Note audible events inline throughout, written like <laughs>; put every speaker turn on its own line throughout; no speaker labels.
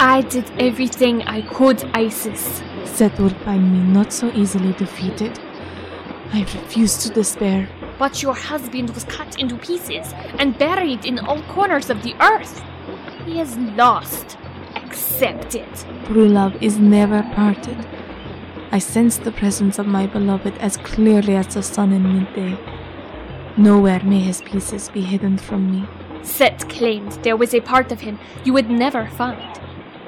I did everything I could, Isis.
Set would find me not so easily defeated. I refuse to despair.
But your husband was cut into pieces and buried in all corners of the earth. He is lost. Accept it.
True love is never parted. I sense the presence of my beloved as clearly as the sun in midday. Nowhere may his pieces be hidden from me.
Set claimed there was a part of him you would never find.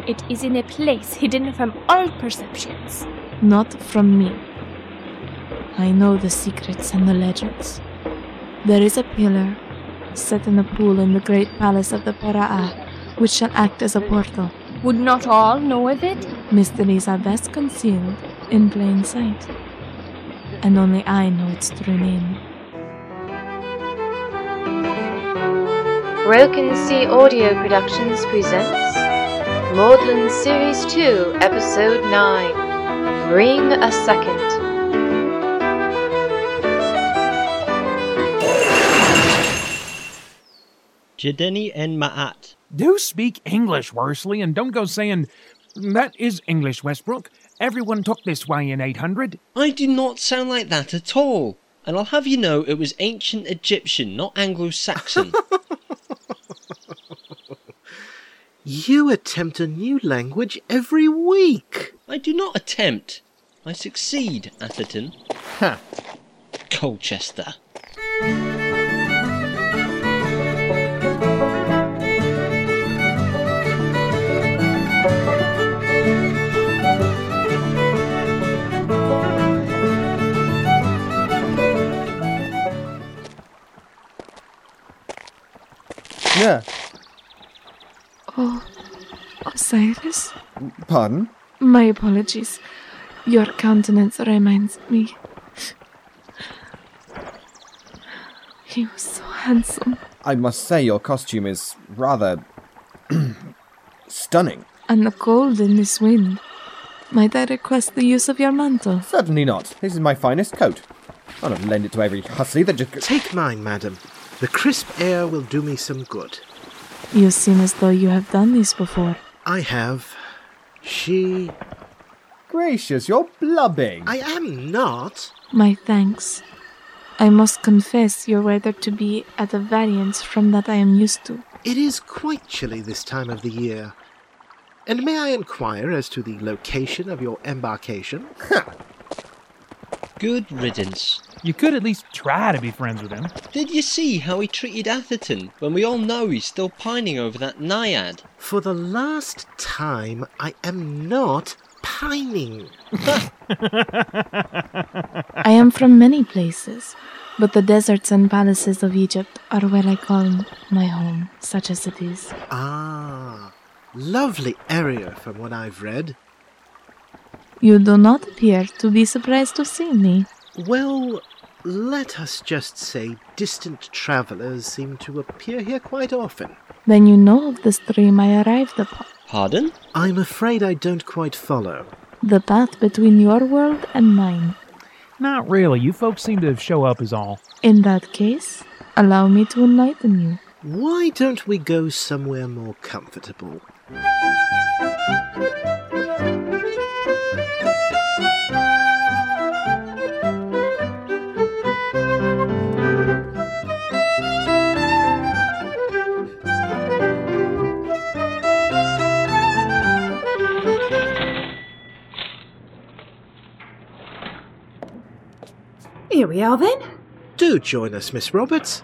It is in a place hidden from all perceptions.
Not from me. I know the secrets and the legends. There is a pillar set in a pool in the great palace of the Para'a, which shall act as a portal.
Would not all know of it?
Mysteries are best concealed in plain sight, and only I know its true name.
Broken Sea Audio Productions presents Maudlin Series 2, Episode 9 Bring a Second.
Jadini and Ma'at.
Do speak English, Worsley, and don't go saying, That is English, Westbrook. Everyone talked this way in 800.
I do not sound like that at all. And I'll have you know it was ancient Egyptian, not Anglo <laughs> Saxon.
You attempt a new language every week.
I do not attempt. I succeed, Atherton.
Ha!
Colchester.
Yeah.
Oh, Osiris?
Pardon?
My apologies. Your countenance reminds me. He was so handsome,
I must say your costume is rather <clears throat> stunning.
and the cold in this wind. Might I request the use of your mantle?
Certainly not. This is my finest coat. I'll not lend it to every hussy that just.
Take mine, madam. The crisp air will do me some good.
You seem as though you have done this before.
I have. She.
Gracious, you're blubbing.
I am not.
My thanks. I must confess your weather to be at a variance from that I am used to.
It is quite chilly this time of the year. And may I inquire as to the location of your embarkation?
Good riddance.
You could at least try to be friends with him.
Did you see how he treated Atherton when we all know he's still pining over that naiad?
For the last time, I am not pining.
I am from many places, but the deserts and palaces of Egypt are where I call my home, such as it is.
Ah, lovely area from what I've read.
You do not appear to be surprised to see me.
Well, let us just say distant travelers seem to appear here quite often.
Then you know of the stream I arrived upon,
Pardon?
I'm afraid I don't quite follow.
the path between your world and mine.
Not really. You folks seem to show up, is all.
In that case, allow me to enlighten you.
Why don't we go somewhere more comfortable?
Here we are then.
Do join us, Miss Roberts.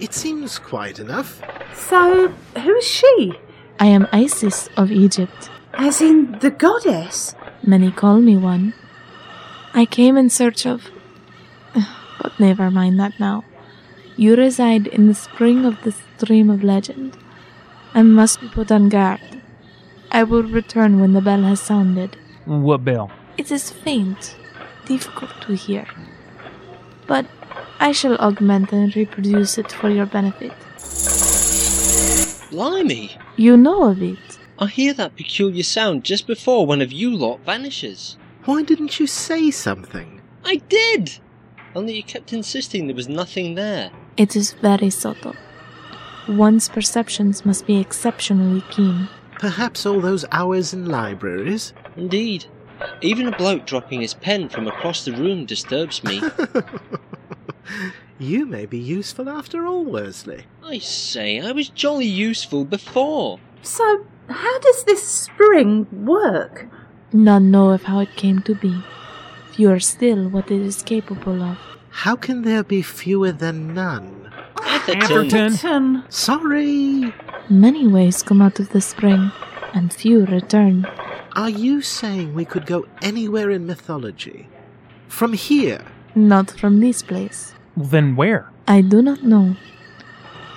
It seems quiet enough.
So, who is she?
I am Isis of Egypt.
As in the goddess?
Many call me one. I came in search of. <sighs> But never mind that now. You reside in the spring of the stream of legend, and must be put on guard. I will return when the bell has sounded.
What bell?
It is faint, difficult to hear. But I shall augment and reproduce it for your benefit.
Blimey!
You know of it.
I hear that peculiar sound just before one of you lot vanishes.
Why didn't you say something?
I did! Only you kept insisting there was nothing there.
It is very subtle. One's perceptions must be exceptionally keen.
Perhaps all those hours in libraries? <laughs>
Indeed. Even a bloke dropping his pen from across the room disturbs me.
you may be useful after all, Worsley.
I say, I was jolly useful before.
So, how does this spring work?
None know of how it came to be. Fewer still what it is capable of.
How can there be fewer than none?
Atherton.
Atherton.
Ten.
Sorry!
Many ways come out of the spring, and few return.
Are you saying we could go anywhere in mythology? From here?
Not from this place.
Then where?
I do not know.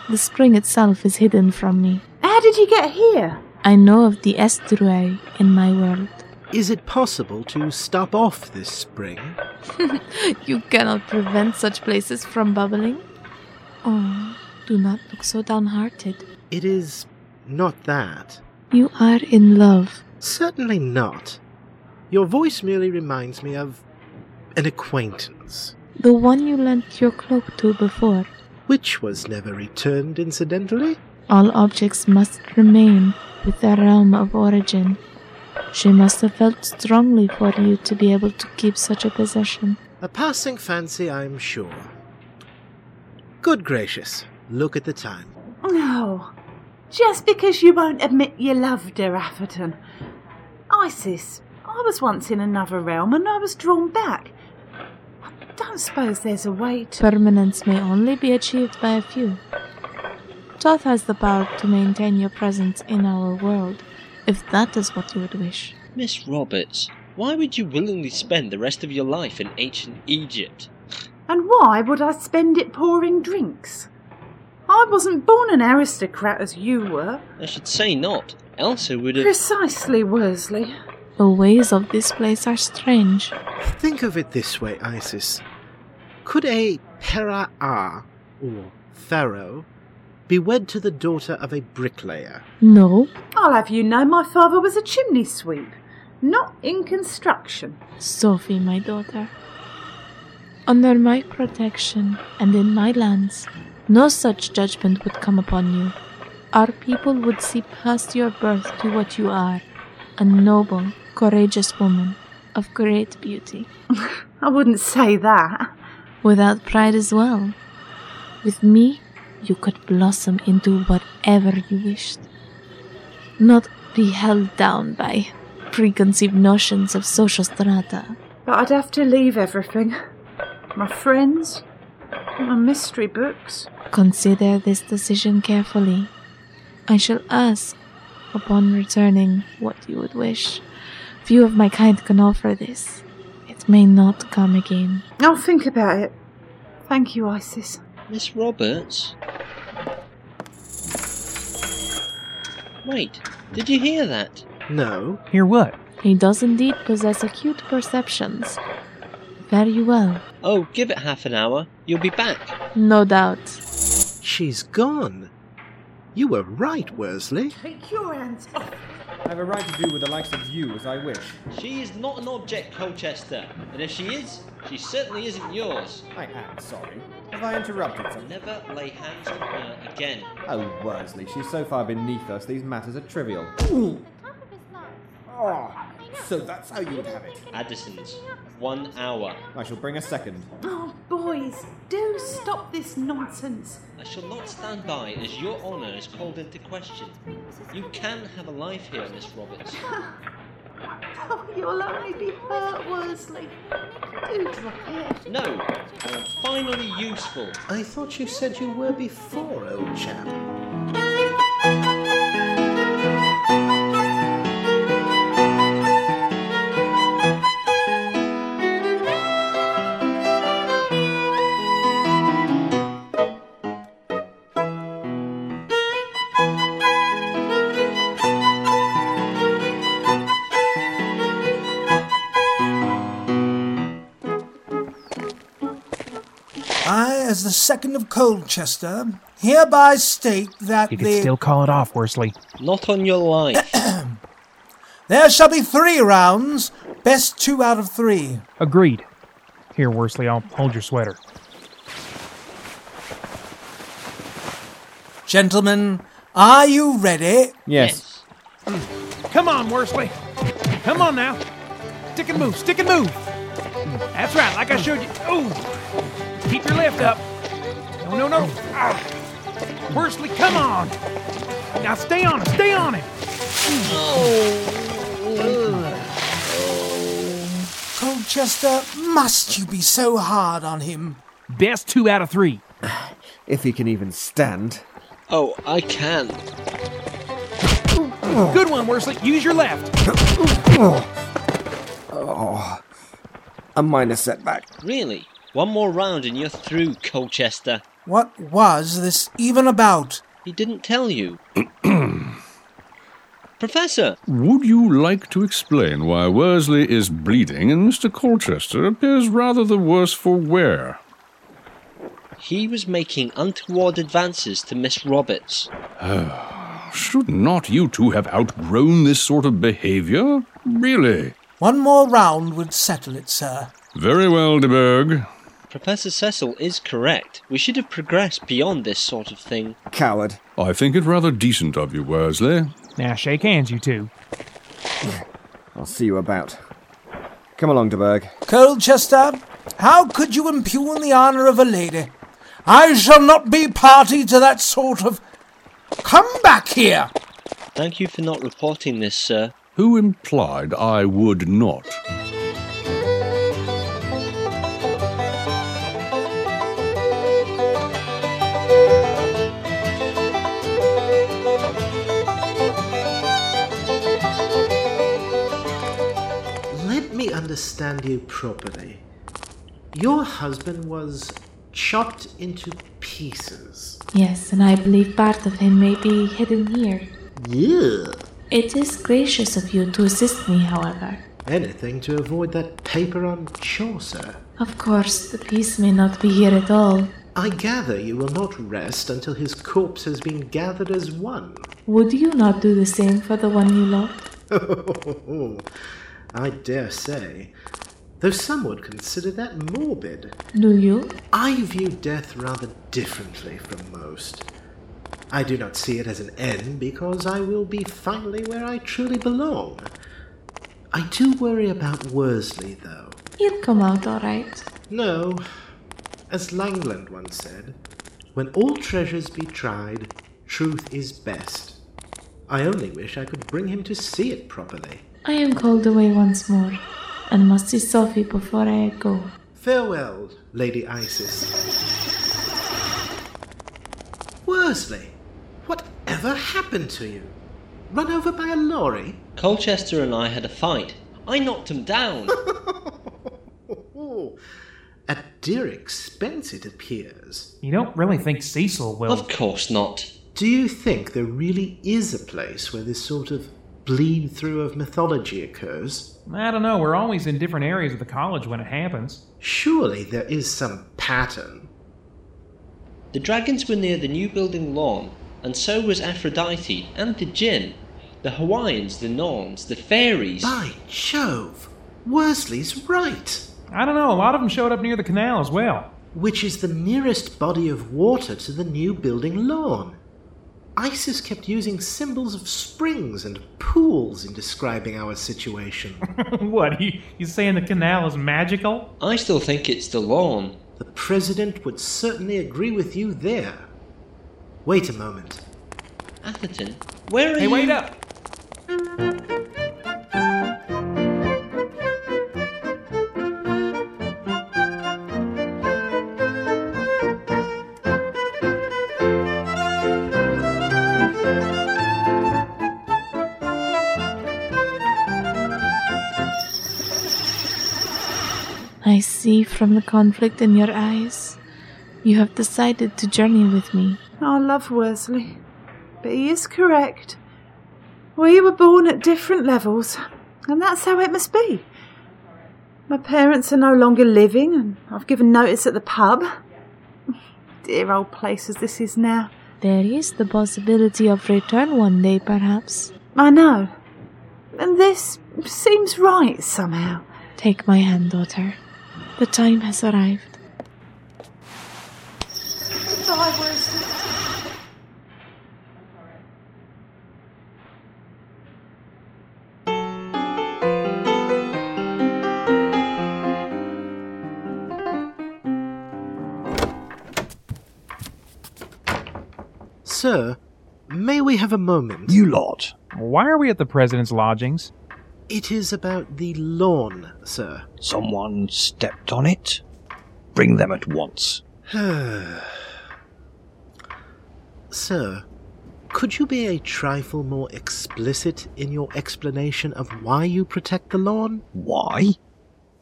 The spring itself is hidden from me.
How did you get here?
I know of the estuary in my world. <gasps>
Is it possible to stop off this spring?
You cannot prevent such places from bubbling. Oh, do not look so downhearted.
It is not that.
You are in love.
Certainly not. Your voice merely reminds me of an acquaintance,
The one you lent your cloak to before.
which was never returned, incidentally.
All objects must remain with their realm of origin. She must have felt strongly for you to be able to keep such a possession.
A passing fancy, I'm sure. Good gracious, look at the time.
No. Oh, Just because you won't admit you loved her, Atherton. Isis, I was once in another realm and I was drawn back. I don't suppose there's a way to.
Permanence may only be achieved by a few. Thoth has the power to maintain your presence in our world, if that is what you would wish.
Miss Roberts, why would you willingly spend the rest of your life in ancient Egypt?
And why would I spend it pouring drinks? I wasn't born an aristocrat as you were.
I should say not. Elsa would have.
Precisely, Worsley.
The ways of this place are strange.
Think of it this way, Isis. Could a Pera or Pharaoh be wed to the daughter of a bricklayer?
No,
I'll have you know my father was a chimney sweep, not in construction.
Sophie, my daughter. Under my protection and in my lands, no such judgment would come upon you. Our people would see past your birth to what you are a noble, courageous woman of great beauty,
I wouldn't say that.
without pride as well. With me, you could blossom into whatever you wished, not be held down by preconceived notions of social strata.
But I'd have to leave everything my friends, my mystery books.
Consider this decision carefully. I shall ask, upon returning, what you would wish. Few of my kind can offer this. It may not come again.
I'll think about it. Thank you, Isis.
Miss Roberts? Wait, did you hear that?
No.
Here what?
He does indeed possess acute perceptions. Very well,
Oh, give it half an hour. You'll be back.
no doubt.
She's gone. You were right, Worsley.
Take your hands off.
I have a right to do with the likes of you as I wish.
She is not an object, Colchester. And if she is, she certainly isn't yours.
I am sorry. Have I interrupted something?
Never lay hands on her again.
Oh, Worsley, she's so far beneath us, these matters are trivial. Ah, so that's how you would have it.
Addison's. One hour.
I shall bring a second.
Oh, boys, do stop this nonsense.
I shall not stand by as your honour is called into question. You can have a life here, Miss Roberts.
Oh, you'll only be hurt, Worsley. Do drop it.
No, I am finally useful.
I thought you said you were before, old chap.
I, as the second of Colchester, hereby state that
You could
the,
still call it off, Worsley.
Not on your life.
there shall be three rounds, best two out of three.
Agreed. Here, Worsley, I'll hold your sweater.
Gentlemen, are you ready?
Yes.
Come on, Worsley. Come on now. Stick and move, stick and move. That's right, like I showed you. Oh, keep your lift up. No, no, no. Ah. Worsley, come on. Now stay on it, stay on it.
Oh. Colchester, must you be so hard on him?
Best two out of three.
If he can even stand.
Oh, I can.
Good one, Worsley. Use your left.
A minor setback.
Really? One more round and you're through, Colchester.
What was this even about?
He didn't tell you. Professor,
Would you like to explain why Worsley is bleeding and Mr. Colchester appears rather the worse for wear?
he was making untoward advances to Miss Roberts.
<sighs> Should not you two have outgrown this sort of behavior? Really?
One more round would settle it, sir.
Very well, De Berg.
Professor Cecil is correct. We should have progressed beyond this sort of thing.
Coward.
I think it rather decent of you, Worsley.
Now shake hands, you two.
I'll see you about. Come along, De Berg.
Colchester, how could you impugn the honour of a lady? I shall not be party to that sort of. Come back here!
Thank you for not reporting this, sir.
Who implied I would not?
Let me understand you properly. Your husband was chopped into pieces.
Yes, and I believe part of him may be hidden here.
Yeah.
It is gracious of you to assist me, however.
Anything to avoid that paper on Chaucer.
Of course, the piece may not be here at all.
I gather you will not rest until his corpse has been gathered as one. <laughs>
Would you not do the same for the one you loved?
I dare say. Though some would consider that morbid.
Do you?
I view death rather differently from most. I do not see it as an end because I will be finally where I truly belong. I do worry about Worsley, though.
He'll come out all right.
No, as Langland once said, when all treasures be tried, truth is best. I only wish I could bring him to see it properly.
I am called away once more, and must see Sophie before I go.
Farewell, Lady Isis. Worsley, whatever happened to you? Run over by a lorry? <laughs>
Colchester and I had a fight. I knocked him down.
At dear expense, it appears.
You don't really think Cecil will.
of course not.
Do you think there really is a place where this sort of bleed through of mythology occurs?
I don't know. We're always in different areas of the college when it happens.
Surely there is some pattern.
The dragons were near the new building lawn, and so was Aphrodite and the gym. The Hawaiians, the Norns, the fairies.
By Jove! Worsley's right!
I don't know. A lot of them showed up near the canal as well. <laughs>
Which is the nearest body of water to the new building lawn. Isis kept using symbols of springs and pools in describing our situation.
what? You, you saying the canal is magical?
I still think it's the lawn.
the President would certainly agree with you there. Wait a moment.
Atherton, where are
Hey,
you?
wait up.
I see from the conflict in your eyes. You have decided to journey with me.
I Oh, love Worsley, but he is correct. We were born at different levels, and that's how it must be. My parents are no longer living, and I've given notice at the pub. Dear old place as this is now.
There is the possibility of return one day, perhaps.
I know. And this seems right somehow.
Take my hand, daughter. The time has arrived.
Goodbye, Worsley.
Sir, may we have a moment?
You lot.
Why are we at the president's lodgings?
It is about the lawn, sir.
Someone stepped on it. Bring them at once.
<sighs> sir, could you be a trifle more explicit in your explanation of why you protect the lawn?
Why?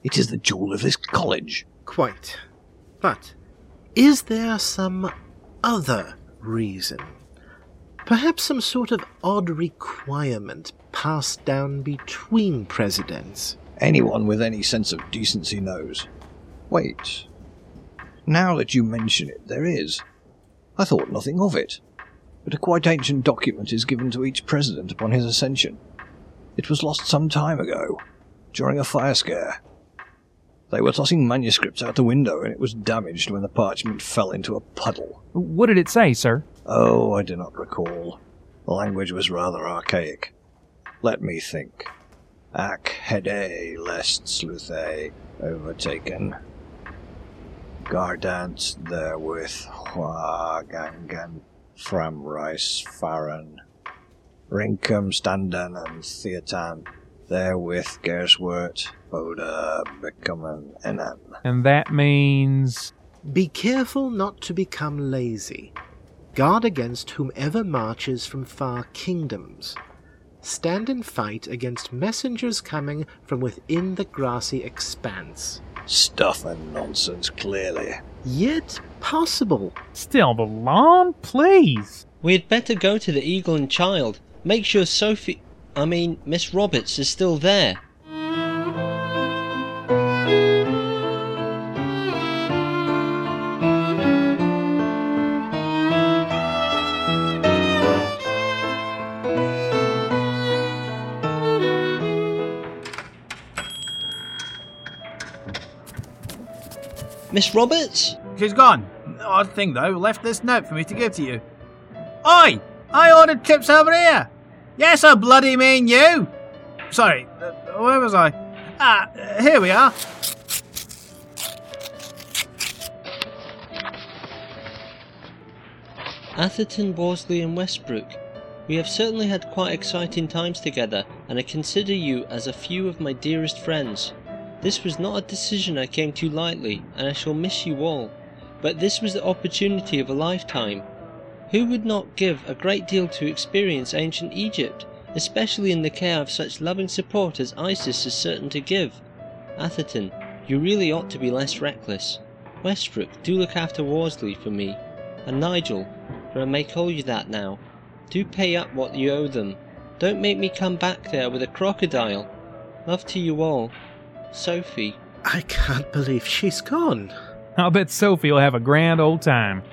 It is the jewel of this college.
Quite. But is there some other reason? Perhaps some sort of odd requirement passed down between presidents?
Anyone with any sense of decency knows. Wait. Now that you mention it, there is. I thought nothing of it. But a quite ancient document is given to each president upon his ascension. It was lost some time ago, during a fire scare. They were tossing manuscripts out the window, and it was damaged when the parchment fell into a puddle.
What did it say, sir?
Oh, I do not recall. The language was rather archaic. Let me think. Ac hede lest sluthe overtaken. Gardant therewith Hwagangan from Rice Faran. Rinkum Standen and Theotan therewith Gerswert Boda Becoming Enan.
And that means.
Be careful not to become lazy. Guard against whomever marches from far kingdoms. Stand and fight against messengers coming from within the grassy expanse.
Stuff and nonsense, clearly.
Yet possible.
Still, the lawn, please.
We'd better go to the Eagle and Child. Make sure Sophie. I mean, Miss Roberts is still there. Miss Roberts?
She's gone. Odd thing though, left this note for me to give to you. Oi! I ordered chips over here! Yes, I bloody mean you! Sorry, uh, where was I? Ah, uh, here we are.
Atherton, Worsley, and Westbrook. We have certainly had quite exciting times together, and I consider you as a few of my dearest friends. This was not a decision I came to lightly, and I shall miss you all. But this was the opportunity of a lifetime. Who would not give a great deal to experience ancient Egypt, especially in the care of such loving support as Isis is certain to give? Atherton, you really ought to be less reckless. Westbrook, do look after Worsley for me. And Nigel, for I may call you that now, do pay up what you owe them. Don't make me come back there with a crocodile. Love to you all. Sophie.
I can't believe she's gone.
I'll bet Sophie will have a grand old time.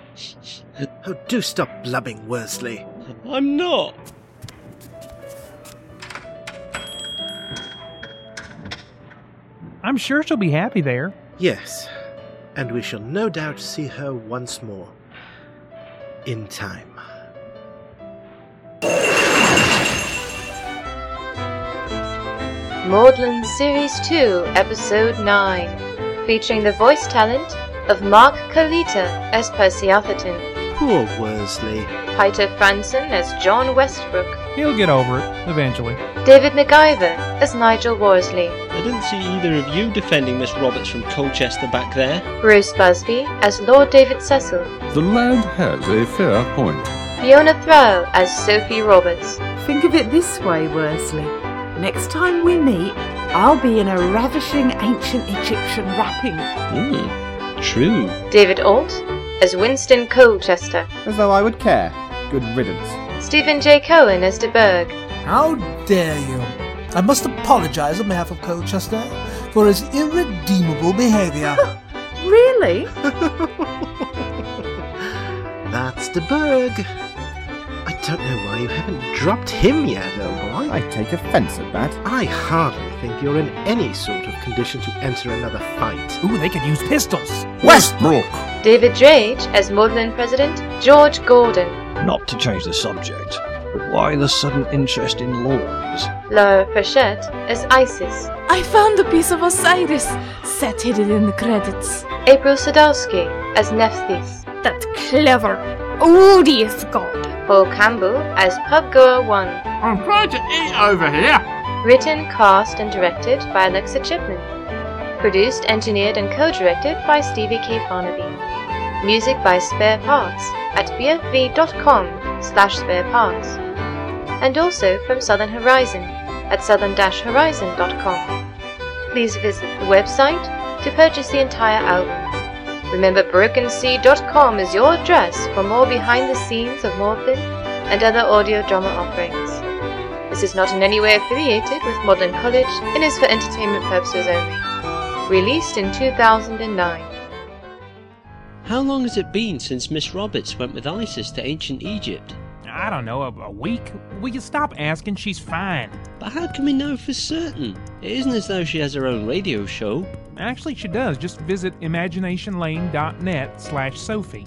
Oh, do stop blubbing, Worsley.
I'm not.
I'm sure she'll be happy there.
Yes, and we shall no doubt see her once more. In time.
Maudlin Series 2, Episode 9, featuring the voice talent of Mark Kalita as Percy Atherton,
Poor Worsley.
Peter Franson as John Westbrook,
He'll get over it eventually.
David MacGyver as Nigel Worsley,
I didn't see either of you defending Miss Roberts from Colchester back there.
Bruce Busby as Lord David Cecil,
The lad has a fair point.
Fiona Thrall as Sophie Roberts,
Think of it this way, Worsley. Next time we meet, I'll be in a ravishing ancient Egyptian wrapping.
Hmm,
Mm, true.
David Alt as Winston Colchester,
As though I would care. Good riddance.
Stephen J. Cohen as De Berg,
How dare you! I must apologize on behalf of Colchester for his irredeemable behavior.
Really?
That's the Berg. I don't know why you haven't dropped him yet, old boy.
I take offence at that.
I hardly think you're in any sort of condition to enter another fight.
<laughs> Ooh, they could use pistols.
Westbrook!
David Drage as Maudlin President George Gordon,
Not to change the subject, but why the sudden interest in lawns?
Laura Frechette as Isis,
I found a piece of Osiris, set hidden in the credits.
April Sadowski as Nephthys,
That clever, odious god.
Paul Campbell as Pubgoer 1. I'm glad to eat over here. Written, cast, and directed by Alexa Chipman. Produced, engineered, and co directed by Stevie K. Farnaby. Music by Spare Parts at bfv.com slash spare parts. And also from Southern Horizon at southern horizon.com. Please visit the website to purchase the entire album. Remember, brokensea.com is your address for more behind the scenes of Maudlin and other audio drama offerings. This is not in any way affiliated with Maudlin College and is for entertainment purposes only. Released in 2009.
How long has it been since Miss Roberts went with Isis to ancient Egypt?
I don't know, a, a week? Will you stop asking? She's fine.
But how can we know for certain? It isn't as though she has her own radio show.
Actually, she does. Just visit imaginationlane.net slash Sophie.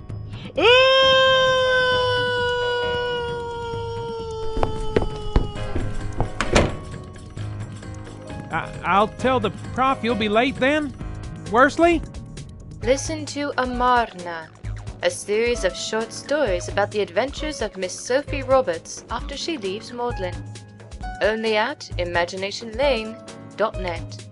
I, I'll tell the prof you'll be late then. Worsley?
Listen to Amarna, a series of short stories about the adventures of Miss Sophie Roberts after she leaves Magdalen. Only at imaginationlane.net.